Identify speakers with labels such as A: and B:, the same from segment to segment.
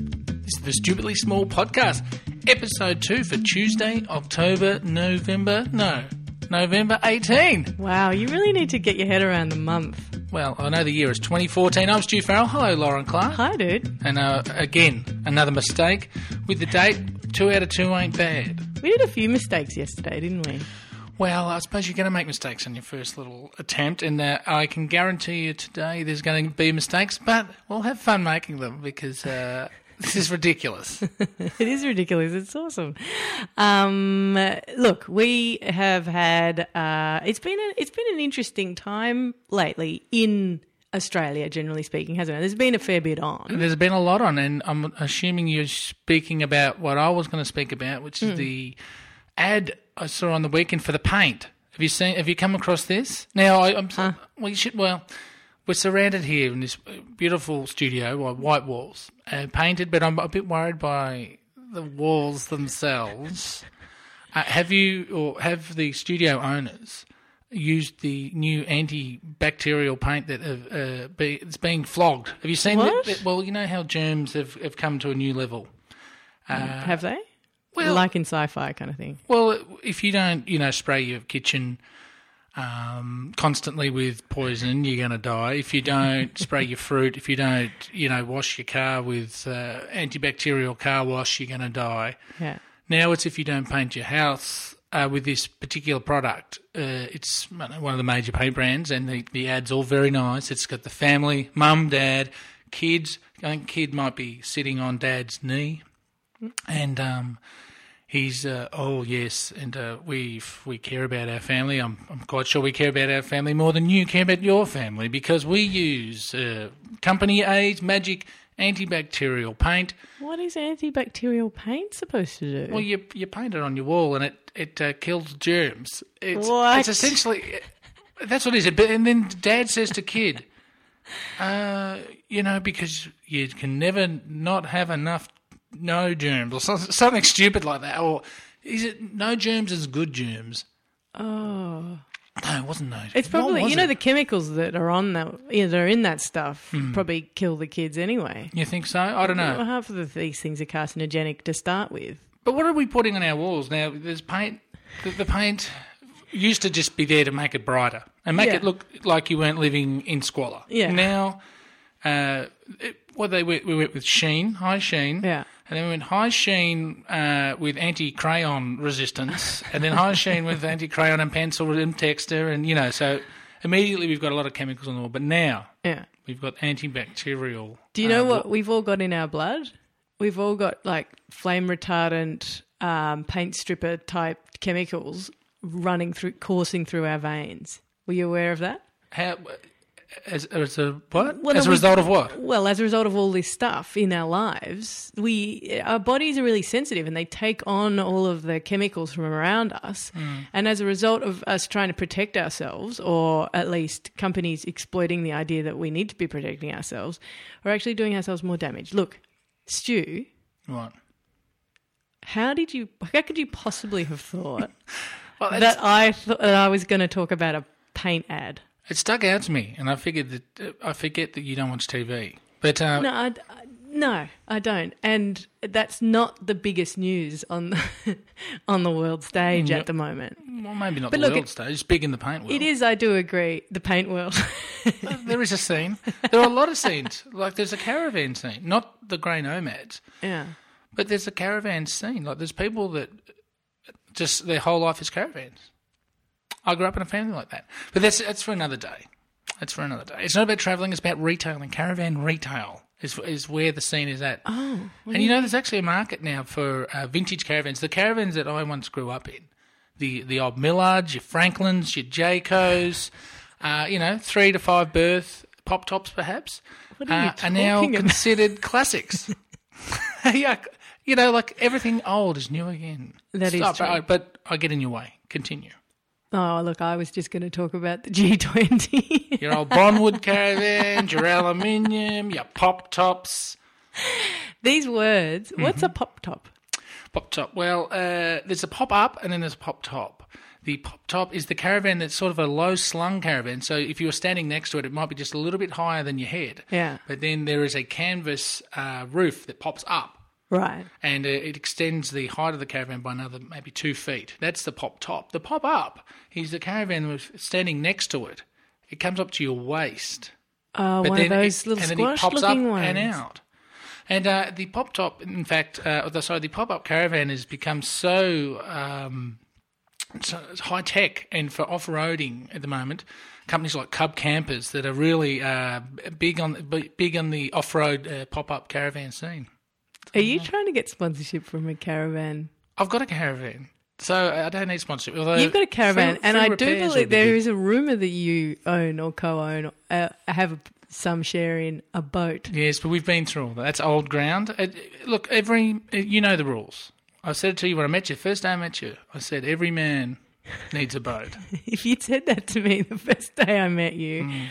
A: the Stupidly Small Podcast, episode 2 for Tuesday, October, November, no, November 18.
B: Wow, you really need to get your head around the month.
A: Well, I know the year is 2014. I'm Stu Farrell. Hello, Lauren Clark.
B: Hi, dude.
A: And uh, again, another mistake with the date. Two out of two ain't bad.
B: We did a few mistakes yesterday, didn't we?
A: Well, I suppose you're going to make mistakes on your first little attempt, and uh, I can guarantee you today there's going to be mistakes, but we'll have fun making them because uh, this is ridiculous.
B: It is ridiculous. It's awesome. Um, look, we have had uh, it's been a, it's been an interesting time lately in Australia, generally speaking, hasn't it? There's been a fair bit on.
A: There's been a lot on, and I'm assuming you're speaking about what I was going to speak about, which is the ad I saw on the weekend for the paint. Have you seen? Have you come across this? Now, I, I'm. We should. Well, we're surrounded here in this beautiful studio by white walls, uh, painted, but I'm a bit worried by the walls themselves. Uh, have you or have the studio owners used the new antibacterial paint that have, uh, be, it's being flogged? Have you seen
B: What?
A: that? Well, you know how germs have, have come to a new level.
B: have they?
A: well-
B: like in sci-fi kind of thing.
A: Well, if you don't, you know, spray your kitchen um, constantly with poison, you're going to die. If you don't spray your fruit, if you don't, you know, wash your car with uh, antibacterial car wash, you're going to die.
B: Yeah.
A: Now it's if you don't paint your house uh, with this particular product. Uh, it's one of the major paint brands, and the, the ad's all very nice. It's got the family, mum, dad, kids. I think kid might be sitting on dad's knee, and um, he's uh, oh yes, and uh, we we care about our family. I'm I'm quite sure we care about our family more than you care about your family because we use uh, company A's magic antibacterial paint.
B: What is antibacterial paint supposed to do?
A: Well, you you paint it on your wall, and it it uh, kills germs. It's,
B: What?
A: It's essentially that's what it is. But and then Dad says to kid, uh, you know, because you can never not have enough no germs or so- something stupid like that. Or is it no germs is good germs?
B: oh.
A: No, it wasn't no.
B: It's
A: What
B: probably
A: was
B: you know
A: it?
B: the chemicals that are on that you know, that are in that stuff
A: Hmm.
B: probably kill the kids anyway.
A: You think so? I don't know.
B: Well, half of the, these things are carcinogenic to start with.
A: But what are we putting on our walls now? There's paint. The, the paint used to just be there to make it brighter and make
B: Yeah.
A: it look like you weren't living in squalor.
B: Yeah.
A: Now, uh, it, well, they went, we went with Sheen, High Sheen.
B: Yeah.
A: And then we went High Sheen uh, with anti crayon resistance, and then High Sheen with anti crayon and pencil and texture, and you know, so immediately we've got a lot of chemicals on the wall. But now
B: Yeah.
A: we've got antibacterial.
B: Do you know what we've all got in our blood? We've all got like flame retardant, um, paint stripper type chemicals running through, coursing through our veins. Were you aware of that?
A: How, as, as a what?
B: Well,
A: as a
B: we-
A: result of what?
B: Well, as a result of all this stuff in our lives, we our bodies are really sensitive and they take on all of the chemicals from around us.
A: Mm.
B: And as a result of us trying to protect ourselves, or at least companies exploiting the idea that we need to be protecting ourselves, we're actually doing ourselves more damage. Look, Stu,
A: Right.
B: how did you? How could you possibly have thought
A: Well, it's-
B: that I thought that I was going to talk about a paint ad?
A: It stuck out to me, and I figured that uh, I forget that you don't watch TV. But uh,
B: No, I, I- no, I don't. And that's not the biggest news on the, on the world stage at the moment.
A: well, maybe not
B: But
A: the
B: look,
A: world
B: it-
A: stage. It's big in the paint world.
B: It is, I do agree, the paint world.
A: There is a scene. There are a lot of scenes. Like there's a caravan scene, not the Grey Nomads,
B: yeah.
A: but there's a caravan scene. Like there's people that just their whole life is caravans. I grew up in a family like that. But that's that's for another day. That's for another day. It's not about traveling. It's about retailing. Caravan retail is is where the scene is at.
B: Oh,
A: And you know, there's actually a market now for uh, vintage caravans. The caravans that I once grew up in, the the old Millards, your Franklins, your Jacos, uh, you know, three to five berth pop tops, perhaps, uh,
B: What are you
A: are now
B: talking about?
A: considered classics. yeah, you know, like everything old is new again.
B: That
A: That
B: is
A: is
B: true.
A: but I get in your way. Continue.
B: oh, look, I was just going to talk about the G20.
A: Your old Bonwood caravans, your aluminium, your pop tops.
B: These words,
A: Mm-hmm.
B: what's a pop top?
A: Pop top. Well, uh, there's a pop up and then there's a pop top. The pop top is the caravan that's sort of a low slung caravan. So if you were standing next to it, it might be just a little bit higher than your head.
B: Yeah.
A: But then there is a canvas uh, roof that pops up.
B: Right.
A: and uh, it extends the height of the caravan by another maybe two feet. That's the pop top. The pop up is the caravan was standing next to it. It comes up to your waist.
B: Uh, one of those little
A: and then it
B: squash
A: pops up
B: looking ones.
A: and out. And uh, the pop top, in fact, uh, or the- sorry, the pop up caravan has become so, um, so high tech and for off roading at the moment. Companies like Cub Campers that are really uh, big on b- big on the off road uh, pop up caravan scene.
B: Are you trying to get sponsorship from a caravan?
A: I've got a caravan, so I don't need sponsorship. Although
B: You've got a caravan,
A: free-
B: and
A: free
B: I do
A: repairs would
B: believe
A: be
B: there
A: good.
B: is a rumor that you own or co-own, uh, have some share in a boat.
A: Yes, but we've been through all that. That's old ground. It, look, every you know the rules. I said it to you when I met you. First day I met you, I said every man needs a boat.
B: If you'd said that to me the first day I met you,
A: Hmm.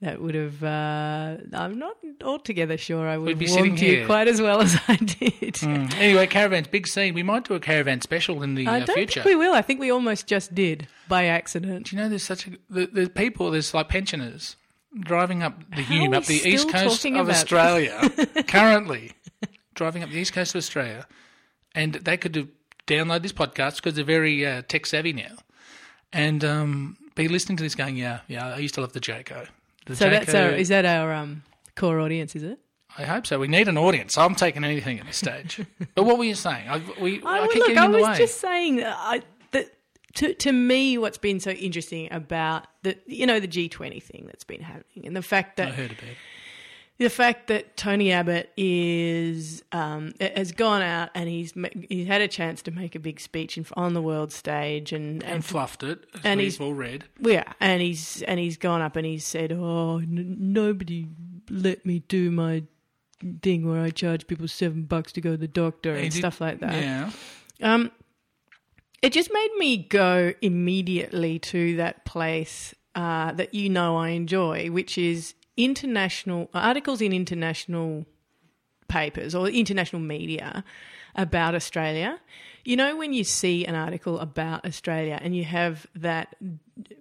B: that would have. Uh, I'm not altogether sure I would
A: We'd be
B: have
A: sitting
B: warmed you
A: here.
B: quite as well as I did.
A: Mm. Anyway, caravans, big scene. We might do a caravan special in the
B: I
A: uh,
B: don't
A: future.
B: think we will. I think we almost just did by accident.
A: Do you know there's such a the, the people there's like pensioners driving up the
B: are
A: Hume
B: we
A: up the
B: still
A: east coast
B: talking
A: of
B: about
A: Australia currently driving up the east coast of Australia, and they could do, download this podcast because they're very uh, tech savvy now, and um, be listening to this going yeah yeah I used to love the Jaco. The
B: So that's our,
A: Jayco-
B: is that our um, core audience? Is it?
A: I hope so. We need an audience. I'm taking anything at this stage. but what were you saying? I, we, I,
B: I,
A: keep
B: look,
A: getting
B: I
A: in the
B: was
A: way.
B: just saying uh, I, that to, to me, what's been so interesting about the you know the G20 thing that's been happening, and the fact
A: I
B: that
A: heard about it.
B: the fact that Tony Abbott is um, has gone out and he's ma- he's had a chance to make a big speech in, on the world stage, and,
A: and
B: and
A: fluffed it. As
B: and
A: and
B: he's-
A: he's all read.
B: yeah, and he's and he's gone up and he's said, "Oh, n- nobody let me do my thing where I charge people seven bucks to go to the doctor and,
A: He did-
B: stuff like that."
A: Yeah.
B: Um, it just made me go immediately to that place uh, that you know I enjoy, which is international uh, articles in international papers or international media about Australia. You know, when you see an article about Australia and you have that,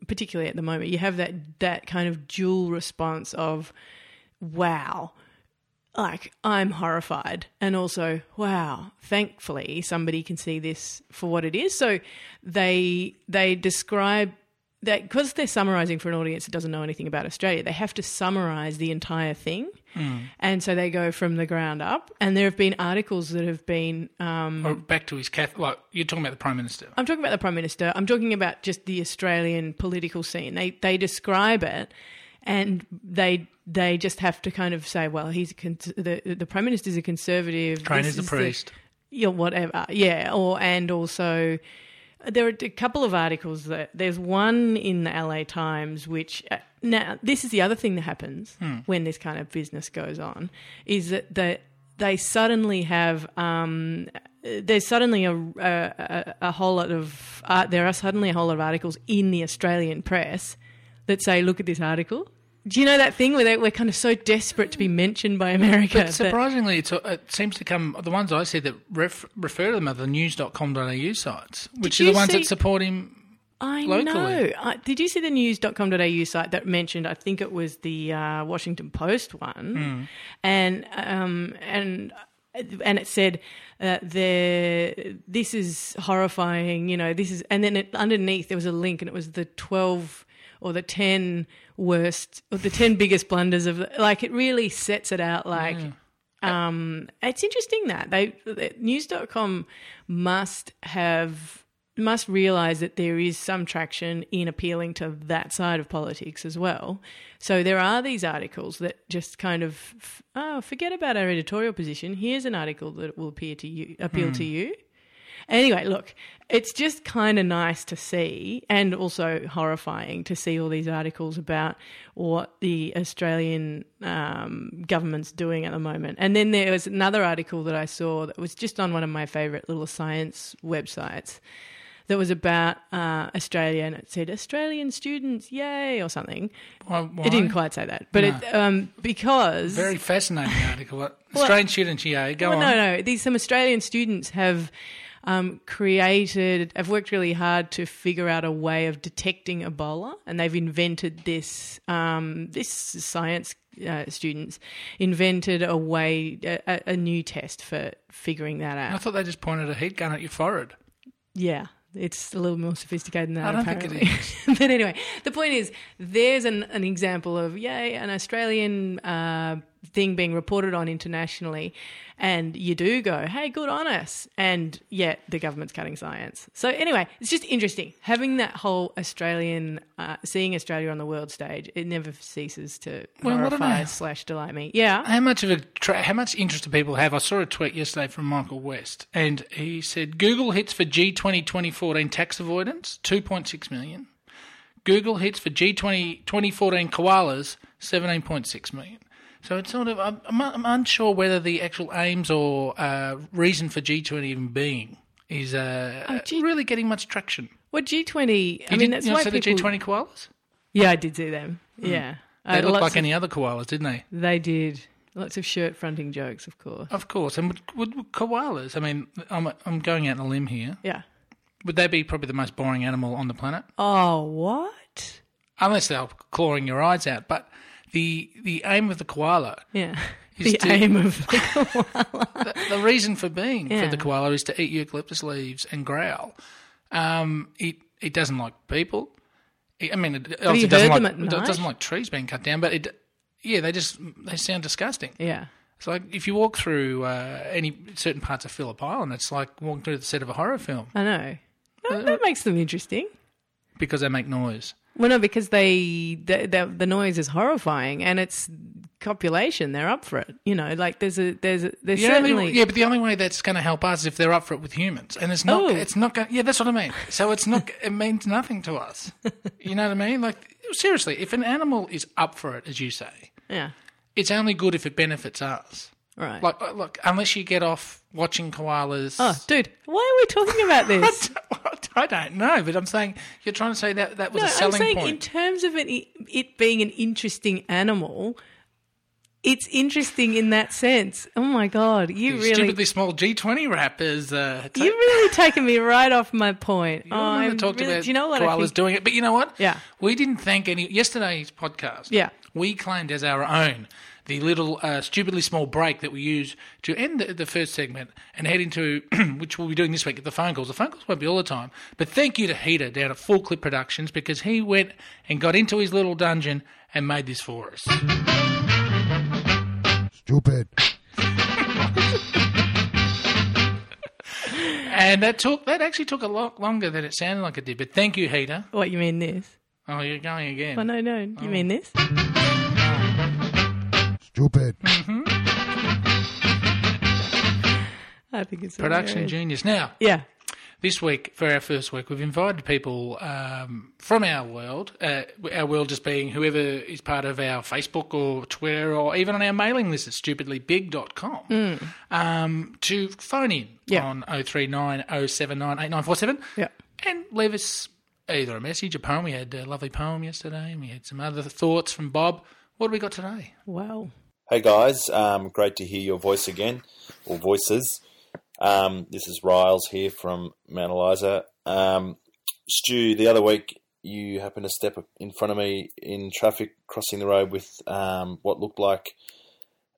B: particularly at the moment, you have that, that kind of dual response of, wow, like I'm horrified and also wow thankfully somebody can see this for what it is so they they describe that because they're summarizing for an audience that doesn't know anything about Australia they have to summarize the entire thing and so they go from the ground up and there have been articles that have been um,
A: Or back to his Catholic. Like, you're talking about the Prime Minister.
B: I'm talking about the Prime Minister. I'm talking about just the Australian political scene. They they describe it, and they they just have to kind of say, well, he's a con- the the Prime Minister's a conservative.
A: Crane
B: this
A: is the
B: is
A: priest.
B: yeah, whatever. Yeah, or and also there are a couple of articles that there's one in the LA Times which uh, now this is the other thing that happens when this kind of business goes on is that that they suddenly have um, there's suddenly a, a, a, a whole lot of uh, there are suddenly a whole lot of articles in the Australian press that say look at this article. Do you know that thing where they, we're kind of so desperate to be mentioned by America?
A: But
B: that-
A: surprisingly, it's, uh, it seems to come. The ones I see that ref, refer to them are the news.com.au sites, which are
B: you
A: the ones
B: see-
A: that support him.
B: I know.
A: locally.
B: I, did you see the news.com.au site that mentioned? I think it was the uh, Washington Post one, and um, and and it said uh, there this is horrifying. You know, this is, and then it, underneath there was a link, and it was the twelve or the ten worst or the ten biggest blunders of the, like it really sets it out like. Um, it's interesting that they that news.com must have must realize that there is some traction in appealing to that side of politics as well. So there are these articles that just kind of f- oh forget about our editorial position. Here's an article that will appear to you appeal to you. Anyway, look, it's just kind of nice to see and also horrifying to see all these articles about what the Australian um, government's doing at the moment. And then there was another article that I saw that was just on one of my favourite little science websites that was about uh, Australia and it said, Australian students, yay, or something.
A: Why, why?
B: It didn't quite say that, but it, um, because.
A: Very fascinating article. Australian students, yeah, go
B: Well,
A: on.
B: no, no. These some Australian students have um, created, have worked really hard to figure out a way of detecting Ebola, and they've invented this. Um, this science uh, students invented a way, a, a new test for figuring that
A: I
B: out.
A: thought they just pointed a heat gun at your forehead.
B: Yeah. It's a little more sophisticated than that.
A: I don't think it
B: apparently. but anyway, the point is, there's an, an example of yay an Australian uh, thing being reported on internationally, and you do go, hey, good on us, and yet the government's cutting science. So anyway, it's just interesting having that whole Australian uh, seeing Australia on the world stage. It never ceases to
A: Well, what Uh, an
B: horrify
A: hour.
B: slash delight me. Yeah,
A: How much of a tra- how much interest do people have? I saw a tweet yesterday from Michael West, and he said Google hits for G20 2014 tax avoidance, 2.6 million. Google hits for G20 2014 koalas, 17.6 million. So it's sort of I'm, I'm, I'm unsure whether the actual aims or uh, reason for G20 even being is uh,
B: Oh, G-
A: really getting much traction.
B: well, G twenty. I
A: You
B: mean,
A: did-
B: that's
A: you know,
B: why
A: so
B: people.
A: the G20 koalas.
B: Yeah, I did see them. Yeah,
A: They
B: Uh,
A: looked
B: lots
A: like
B: of-
A: any other koalas, didn't they?
B: They did. Lots of shirt fronting jokes, of course.
A: Of course. And would, would, would koalas? I mean, I'm I'm going out on a limb here.
B: Yeah.
A: Would they be probably the most boring animal on the planet?
B: Oh, what?
A: Unless they're clawing your eyes out. But the the aim of the koala,
B: Yeah.
A: Is
B: the
A: to-
B: aim of
A: the, the reason for being
B: Yeah.
A: for the koala is to eat eucalyptus leaves and growl. Um, it it doesn't like people. It- I mean, it, obviously
B: you
A: doesn't
B: heard them
A: like
B: at
A: it
B: night?
A: doesn't like trees being cut down. But it, yeah, they just they sound disgusting.
B: yeah.
A: It's like if you walk through uh, any certain parts of Phillip Island, it's like walking through the set of a horror film
B: I know. That, that makes them interesting.
A: because they make noise.
B: Well, no, because they the, the the noise is horrifying, and it's copulation. They're up for it. You know, like there's a there's a, there's
A: The only-
B: certainly
A: yeah, but the only way that's going to help us is if they're up for it with humans, and it's not.
B: Oh.
A: It's not going. Yeah, that's what I mean. So it's not. it means nothing to us. You know what I mean? Like seriously, if an animal is up for it, as you say,
B: yeah.
A: it's only good if it benefits us.
B: Right.
A: Like, uh, look, unless you get off watching koalas.
B: oh, dude, why are we talking about this?
A: I don't know, but I'm saying you're trying to say that that was
B: No,
A: a
B: I'm
A: selling
B: saying
A: point.
B: in terms of it, it being an interesting animal, it's interesting in that sense. Oh my god, you
A: The
B: really
A: Stupidly small G20 wrap is. Uh, ta-
B: You've really taken me right off my point.
A: You're the one that
B: I'm
A: talked
B: really-
A: about
B: do you know what
A: koalas
B: I think?
A: doing it, but you know what?
B: Yeah.
A: we didn't thank any yesterday's podcast.
B: Yeah.
A: we claimed as our own the little uh, stupidly small break that we use to end the, the first segment and head into which we'll be doing this week. The phone calls. The phone calls won't be all the time, but thank you to Heater down at Full Clip Productions because he went and got into his little dungeon and made this for us.
C: Stupid.
A: And that took that actually took a lot longer than it sounded like it did. But thank you, Heater.
B: What you mean this?
A: Oh, you're going again.
B: Oh no, no, you mean this?
C: Stupid.
B: I think it's
A: Production
B: hilarious.
A: genius. Now,
B: Yeah,
A: this week for our first week, we've invited people um, from our world. Uh, our world just being whoever is part of our Facebook or Twitter or even on our mailing list at stupidlybig.com um, to phone in
B: Hmm. Yeah.
A: on 039 079 8947
B: Yeah.
A: and leave us either a message, a poem. We had a lovely poem yesterday and we had some other thoughts from Bob. What have we got today?
B: wow.
D: Hey guys, um, great to hear your voice again, or voices. Um, this is Riles here from Mount Eliza. Um, Stu, the other week you happened to step in front of me in traffic crossing the road with um, what looked like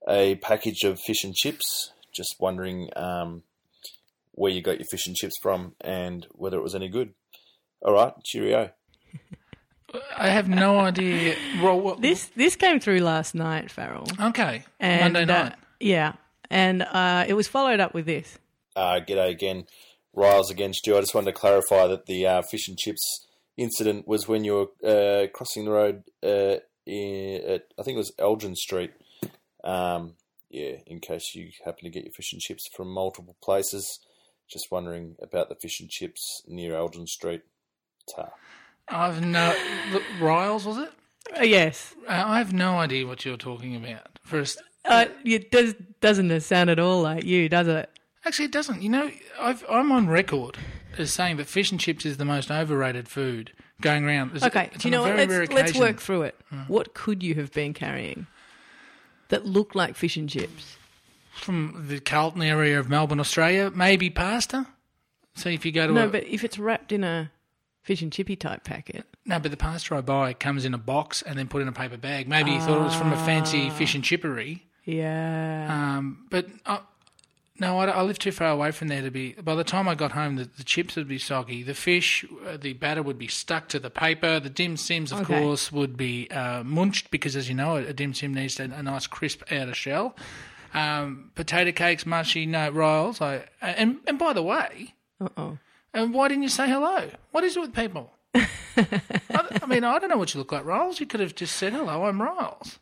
D: a package of fish and chips. Just wondering um, where you got your fish and chips from and whether it was any good. All right, cheerio.
A: I have no idea. Well, what,
B: This this came through last night, Farrell.
A: okay,
B: And,
A: Monday
B: uh,
A: night.
B: yeah, and uh, it was followed up with this.
D: Uh, g'day again, Riles again, Stu. I just wanted to clarify that the uh, fish and chips incident was when you were uh, crossing the road uh, in, at, I think it was Elgin Street. Um, yeah, in case you happen to get your fish and chips from multiple places. Just wondering about the fish and chips near Elgin Street. Ta.
A: I've no. look, Riles, was it?
B: Uh, yes,
A: I I have no idea what you're talking about. First,
B: uh, it does doesn't it sound at all like you, does it?
A: actually, it doesn't. You know, I've, I'm on record as saying that fish and chips is the most overrated food going around. It's-
B: Okay,
A: it's
B: do you
A: on a
B: know
A: very
B: what?
A: Hmm. rare
B: Let's, let's
A: occasion.
B: work through it. What could you have been carrying that looked like fish and chips?
A: from the Carlton area of Melbourne, Australia. Maybe pasta. So if you go to
B: No,
A: a,
B: but if it's wrapped in a fish and chippy type packet,
A: no, but the pasta I buy comes in a box and then put in a paper bag. Maybe you thought it was from a
B: Ah.
A: fancy fish and chippery,
B: yeah.
A: um, but I, no, I, I live too far away from there to be. By the time I got home, the, the chips would be soggy. The fish, uh, the batter would be stuck to the paper. The dim sims, of
B: Okay.
A: course, would be uh, munched because, as you know, a, a dim sim needs a, a nice crisp outer shell. Um, potato cakes, mushy, no rolls. I and and by the way.
B: Uh oh.
A: And why didn't you say hello? What is it with people? I, I mean, I don't know what you look like, Riles. You could have just said hello. I'm Riles.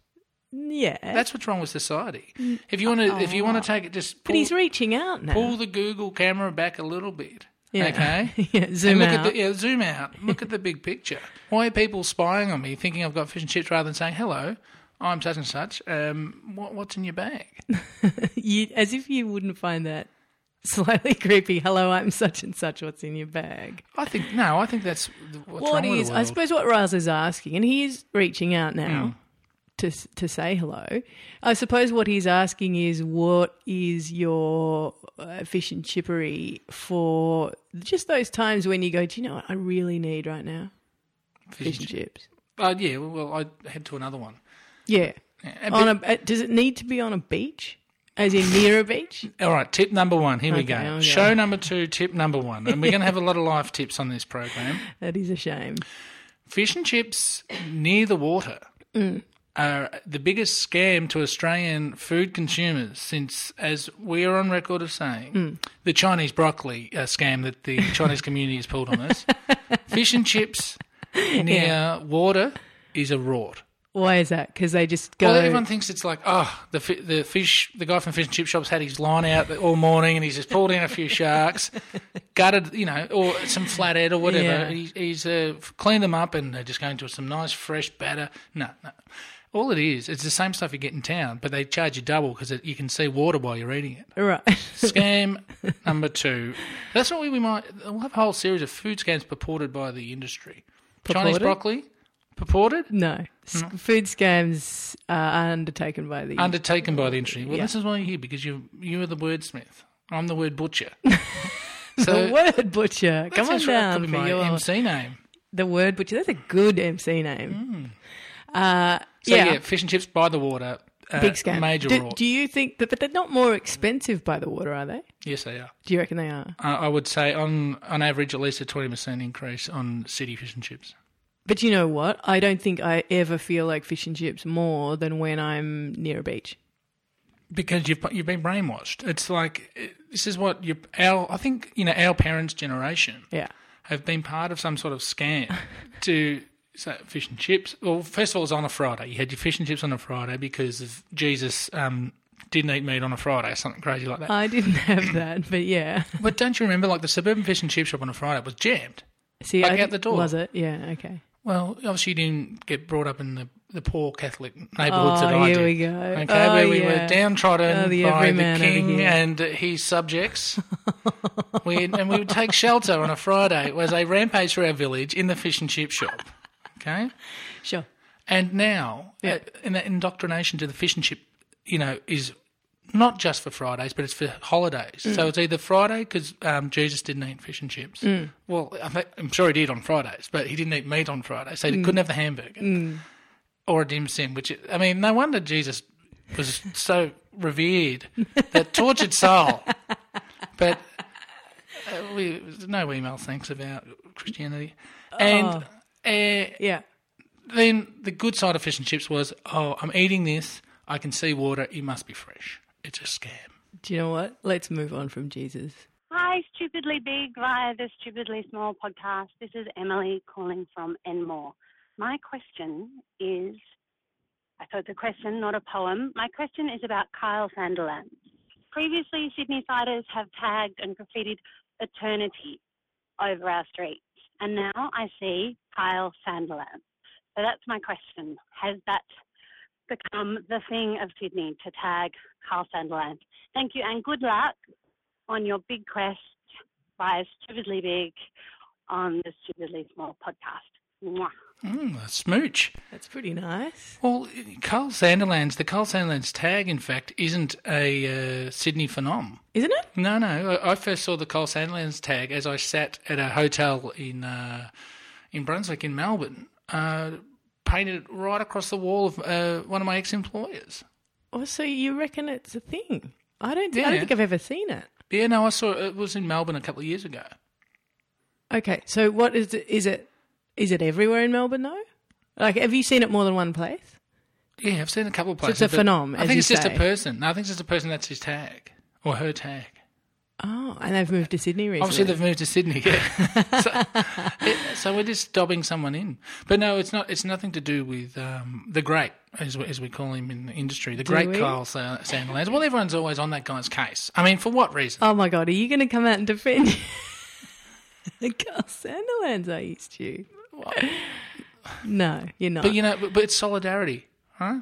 B: Yeah.
A: That's what's wrong with society. If you want to, if you want to take it, just
B: oh. but
A: pull,
B: he's reaching out now.
A: pull the Google camera back a little bit.
B: yeah.
A: Okay.
B: yeah.
A: And
B: Zoom
A: look
B: out.
A: at the, yeah, zoom out. Look at the big picture. Why are people spying on me, thinking I've got fish and chips, rather than saying hello? I'm such and such. Um, what, what's in your bag?
B: you, as if you wouldn't find that slightly creepy. Hello, I'm such and such. What's in your bag?
A: I think no. I think that's th- what's
B: What
A: wrong with
B: is?
A: the
B: I
A: world.
B: suppose what Raz is asking, and he is reaching out now to to to say hello. I suppose what he's asking is, what is your uh, fish and chippery for just those times when you go, do you know what I really need right now? Fish and chips.
A: Uh, yeah. Well, I head to another one.
B: Yeah.
A: Yeah,
B: on a, uh, does it need to be on a beach? As in near a beach?
A: All right, tip number one. Here we
B: Okay, oh,
A: go.
B: okay.
A: Show number two, tip number one. And we're going to have a lot of life tips on this program.
B: That is a shame.
A: Fish and chips near the water are the biggest scam to Australian food consumers since, as we are on record of saying, the Chinese broccoli uh, scam that the Chinese community has pulled on us. Fish and chips near water is a rort.
B: Why is that? Because they just go.
A: Well, everyone thinks it's like, oh, the fi- the fish, the guy from fish and chip shops had his line out all morning, and he's just pulled in a few sharks, gutted, you know, or some flathead or whatever.
B: Yeah.
A: He's, he's uh, cleaned them up, and they're just going to some nice fresh batter. No, no. All it is, it's the same stuff you get in town, but they charge you double because you can see water while you're eating it.
B: right.
A: Scam number two. That's what we, we might. We'll have a whole series of food scams purported by the industry. Chinese
B: Purported?
A: broccoli, purported.
B: No. S-
A: Mm.
B: Food scams are undertaken by the.
A: undertaken by the industry. Well, this is why you're here because you you are the wordsmith. I'm the word butcher.
B: the
A: so
B: word butcher. Come on
A: that's right, that could
B: down
A: be
B: for
A: my
B: your.
A: MC name.
B: the word butcher. That's a good MC name.
A: Mm.
B: Uh,
A: So yeah.
B: yeah.
A: fish and chips by the water. Uh,
B: Big scam.
A: Major
B: do,
A: rort.
B: do you think that? But they're not more expensive by the water, are they?
A: yes, they are.
B: Do you reckon they are?
A: Uh, I would say on on average at least a twenty percent increase on city fish and chips.
B: But you know what? I don't think I ever feel like fish and chips more than when I'm near a beach.
A: because you've you've been brainwashed. It's like eh, this is what you our I think you know our parents' generation
B: Yeah.
A: have been part of some sort of scam to so fish and chips. Well, first of all, it was on a Friday. You had your fish and chips on a Friday because of Jesus um, didn't eat meat on a Friday, something crazy like that.
B: I didn't have that, but yeah.
A: but don't you remember, like the suburban fish and chip shop on a Friday was jammed.
B: See,
A: Like
B: I
A: out
B: didn't-
A: the door.
B: Was it? Yeah. Okay.
A: Well, obviously you didn't get brought up in the, the poor Catholic neighbourhoods that
B: Oh,
A: I
B: here
A: did.
B: we go.
A: Okay,
B: Oh,
A: where we
B: yeah.
A: were downtrodden
B: Oh, the
A: by the
B: everyman over
A: king
B: here.
A: and his subjects. we and we would take shelter on a Friday. It was a rampage through our village in the fish and chip shop. Okay,
B: Sure.
A: and now
B: Yeah.
A: uh, and that indoctrination to the fish and chip, you know, is not just for Fridays, but it's for holidays. So it's either Friday because um, Jesus didn't eat fish and chips. Well, I think, I'm sure he did on Fridays, but he didn't eat meat on Friday, so he couldn't have the hamburger or a dim sim. Which I mean, no wonder Jesus was so revered, that tortured soul. But uh, we, there's no email thanks about Christianity, and. Uh,
B: Yeah.
A: then the good side of fish and chips was, oh, I'm eating this. I can see water. It must be fresh. It's a scam.
B: Do you know what? Let's move on from Jesus.
C: Hi, Stupidly Big via the Stupidly Small podcast. This is Emily calling from Enmore. My question is I thought the question, not a poem. My question is about Kyle Sanderland. Previously, Sydney siders have tagged and graffitied eternity over our streets, and now I see Kyle Sanderland. So that's my question. Has that become the thing of Sydney to tag Kyle Sanderland? Thank you and good luck on your big quest um, via Stupidly Big on the Stupidly Small podcast. Mwah.
A: Mm, a smooch.
B: That's pretty nice.
A: Well, Carl Sanderlands, the Carl Sanderlands tag, in fact, isn't a uh, Sydney phenomenon.
B: Isn't it?
A: No, no. I- I first saw the Carl Sanderlands tag as I sat at a hotel in uh, in Brunswick in Melbourne, uh, painted right across the wall of uh, one of my ex-employers.
B: Oh, so you reckon it's a thing? I don't. I
A: Yeah.
B: don't think I've ever seen it.
A: Yeah, no, I saw it, it was in Melbourne a couple of years ago.
B: Okay, so what is it? Is it is it everywhere in Melbourne though? Like, have you seen it more than one place?
A: Yeah, I've seen a couple of places.
B: it's a
A: but
B: phenom,
A: I
B: as
A: think
B: you
A: it's just
B: say.
A: a person. No, I think it's just a person that's his tag or her tag.
B: Oh, and they've moved to Sydney recently.
A: Obviously, they've moved to Sydney. Yeah. so, it- so we're just dobbing someone in. But no, it's not. It's nothing to do with um, the great, as we, as we call him in the industry, the great
B: we?
A: Kyle Sa- Sandilands. Well, everyone's always on that guy's case. I mean, for what reason?
B: oh my god, are you going to come out and defend Carl Sanderlands? I used to. you? No, you're not.
A: But you know, but, but it's solidarity, right?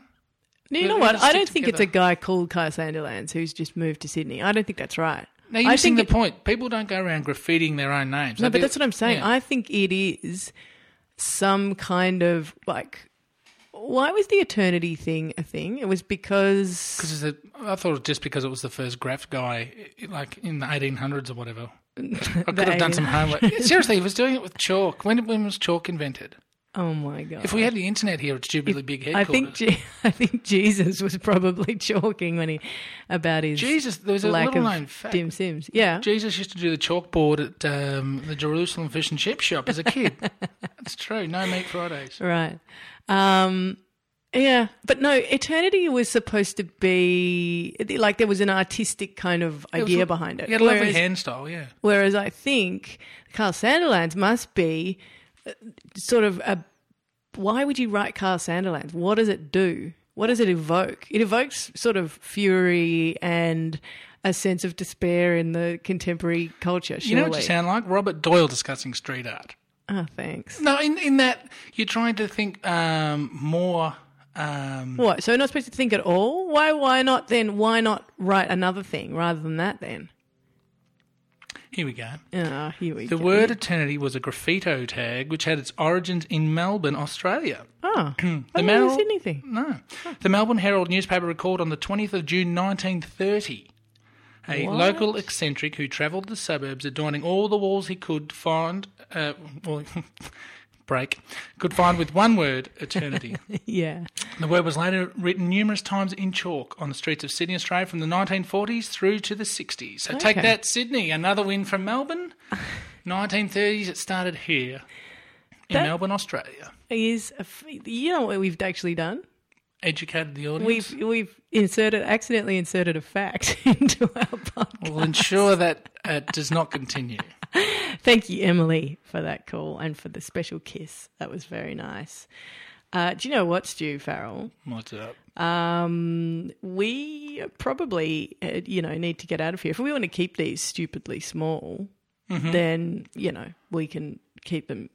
B: you know
A: we
B: what?
A: just
B: I
A: stick
B: don't think it's a
A: together.
B: guy called Carl Sanderlands who's just moved to Sydney. I don't think that's right.
A: Now
B: I
A: you're missing
B: think
A: the
B: it-
A: point. People don't go around graffitiing their own names.
B: No,
A: They
B: but
A: do-
B: that's what I'm saying.
A: Yeah.
B: I think it is some kind of like. Why was the eternity thing a thing? It was because
A: Because it's a- I thought just because it was the first graph guy, i- like in the 1800s or whatever. I could have done some homework. Seriously, he was doing it with chalk. When, when was chalk invented?
B: Oh my god!
A: If we had the internet here at Jubilee Big
B: I
A: Headquarters,
B: think Je- I think Jesus was probably joking when he about his
A: Jesus, there was a
B: lack
A: little
B: of
A: known fact.
B: dim sims. Yeah,
A: Jesus used to do the chalkboard at um, the Jerusalem Fish and Chip Shop as a kid. That's true. No meat Fridays.
B: right. Um, yeah, but no, eternity was supposed to be like there was an artistic kind of
A: It was-
B: idea behind it.
A: He had a lovely
B: Whereas-
A: hand style, yeah.
B: Whereas I think Carl Sanderlands must be uh, sort of a why would you write Carl Sanderlands? What does it do? What does it evoke? It evokes sort of fury and a sense of despair in the contemporary culture. Surely.
A: You know what you sound like? Robert Doyle discussing street art.
B: oh, thanks.
A: No, in, in that you're trying to think um, more. Um,
B: What? So we're not supposed to think at all? Why? Why not? Then why not write another thing rather than that? Then
A: here we go.
B: ah, here we
A: The
B: go.
A: word eternity was a graffito tag which had its origins in Melbourne, Australia.
B: Oh, the
A: The
B: Mel-
A: Mel-
B: Sydney thing.
A: No. The Melbourne Herald newspaper recalled on the 20th of June 1930 a
B: What?
A: local eccentric who travelled the suburbs adorning all the walls he could find, uh, well, break, could find with one word, eternity.
B: Yeah.
A: the word was later written numerous times in chalk on the streets of Sydney, Australia from the 1940s through to the 60s. So take
B: Okay.
A: that, Sydney. Another win from Melbourne. 1930s, it started here in
B: That-
A: Melbourne, Australia.
B: Is a f- you know what we've actually done?
A: Educated the audience.
B: We've we've inserted accidentally inserted a fact into our podcast.
A: We'll ensure that uh, does not continue.
B: Thank you, Emily, for that call and for the special kiss. That was very nice. Uh, do you know what, Stu Farrell?
A: What's up?
B: Um, we probably uh, you know need to get out of here if we want to keep these stupidly small.
A: Mm-hmm.
B: Then you know we can keep them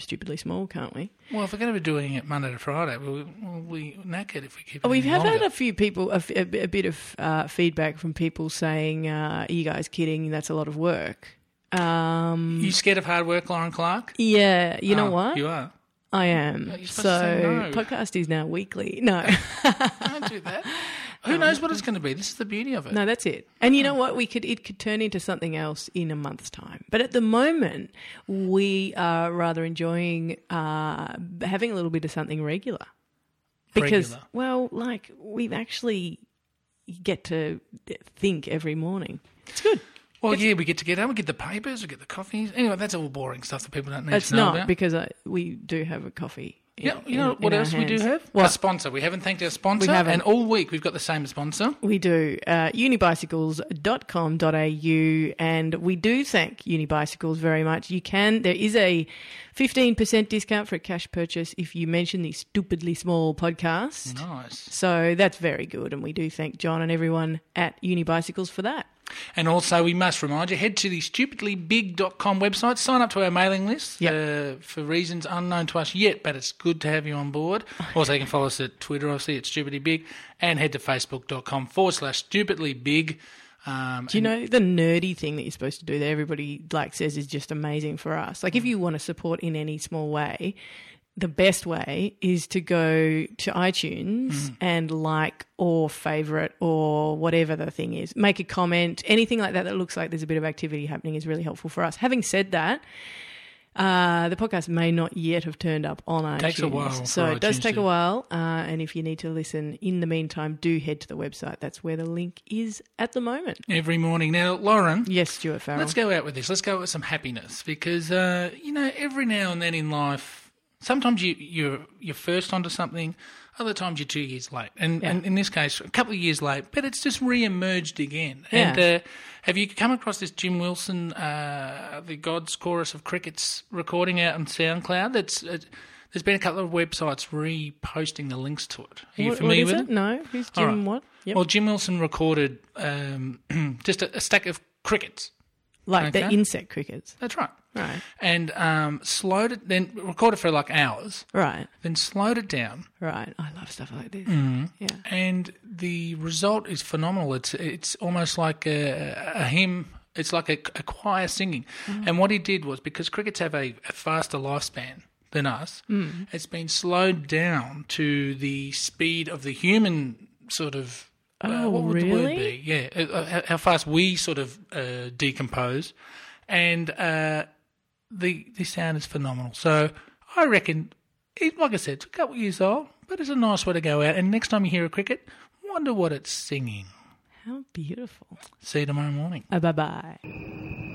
B: stupidly small, can't we?
A: Well, if we're going to be doing it Monday to Friday, we'll, we'll be knackered if we keep it
B: We
A: any
B: have
A: longer.
B: Oh, had a few people, a, f- a b- a bit of uh, feedback from people saying, uh, "Are you guys kidding? That's a lot of work." Um,
A: You scared of hard work, Lauren Clark?
B: yeah, you know
A: Oh,
B: what?
A: You are.
B: I am.
A: you're
B: So
A: supposed to say no.
B: podcast is now weekly. No,
A: Don't do that. Who knows what it's going to be? This is the beauty of it.
B: no, that's it. And you know what? We could it could turn into something else in a month's time. But at the moment, we are rather enjoying uh, having a little bit of something regular. because
A: Regular.
B: well like we actually get to think every morning it's good
A: Well, yeah, we get to get out, we get the papers, we get the coffees. Anyway, that's all boring stuff that people don't need
B: it's
A: to know
B: not
A: about.
B: because I, we do have a coffee in-
A: yeah, you know
B: in-
A: what
B: in our
A: else we do
B: hands.
A: have? A
B: What?
A: sponsor. We haven't thanked our sponsor.
B: haven't.
A: And all week we've got the same sponsor.
B: We do. Uh, unibicycles.com.au and we do thank Unibicycles very much. You can, there is a 15% discount for a cash purchase if you mention the stupidly small podcast.
A: Mm-hmm. Nice.
B: So that's very good. And we do thank John and everyone at Unibicycles for that.
A: And also, we must remind you head to the stupidlybig.com website, sign up to our mailing list uh, for reasons unknown to us yet, but it's good to have you on board. Also, you can follow us at Twitter, obviously, at stupidlybig, and head to facebook.com forward slash stupidlybig. Um,
B: Do you know the nerdy thing that you're supposed to do that
A: Mm.
B: everybody like says is just amazing for us? Like if you want to support in any small way, the best way is to go to iTunes
A: Mm.
B: and like or favorite or whatever the thing is. Make a comment, anything like that that looks like there's a bit of activity happening is really helpful for us. Having said that, uh, the podcast may not yet have turned up on iTunes.
A: Takes a while for
B: So it does
A: iTunes
B: take
A: to-
B: a while. Uh, and if you need to listen in the meantime, do head to the website. That's where the link is at the moment.
A: every morning. Now, Lauren,
B: Yes, Stuart Farrell.
A: Let's go out with this. Let's go out with some happiness because uh, you know every now and then in life, sometimes you you're you're first onto something, other times you're two years late, and, and in this case, a couple of years late. But it's just re-emerged again. And uh, have you come across this Jim Wilson, uh, the God's Chorus of Crickets recording out on SoundCloud? That's uh, there's been a couple of websites reposting the links to it. Are you
B: What-
A: familiar
B: what is
A: with
B: it? No. Who's Jim?
A: right.
B: What? Yep.
A: Well, Jim Wilson recorded um, just a, a stack of crickets.
B: like the
A: okay.
B: insect crickets.
A: That's right.
B: Right.
A: And um, slowed it, then recorded for like hours,
B: Right.
A: then slowed it down,
B: Right. I love stuff like this.
A: Mm.
B: Yeah.
A: and the result is phenomenal. It's it's almost like a, a hymn. It's like a, a choir singing.
B: Mm.
A: And what he did was because crickets have a, a faster lifespan than us,
B: Mm.
A: it's been slowed down to the speed of the human sort of. uh,
B: Oh,
A: what would the word
B: really?
A: be? Yeah, uh, uh, how- how fast we sort of uh, decompose, and uh, the the sound is phenomenal. So I reckon, it, like I said, it's a couple of years old, but it's a nice way to go out. And next time you hear a cricket, wonder what it's singing.
B: How beautiful. Oh,
A: See you tomorrow morning.
B: Uh, bye bye.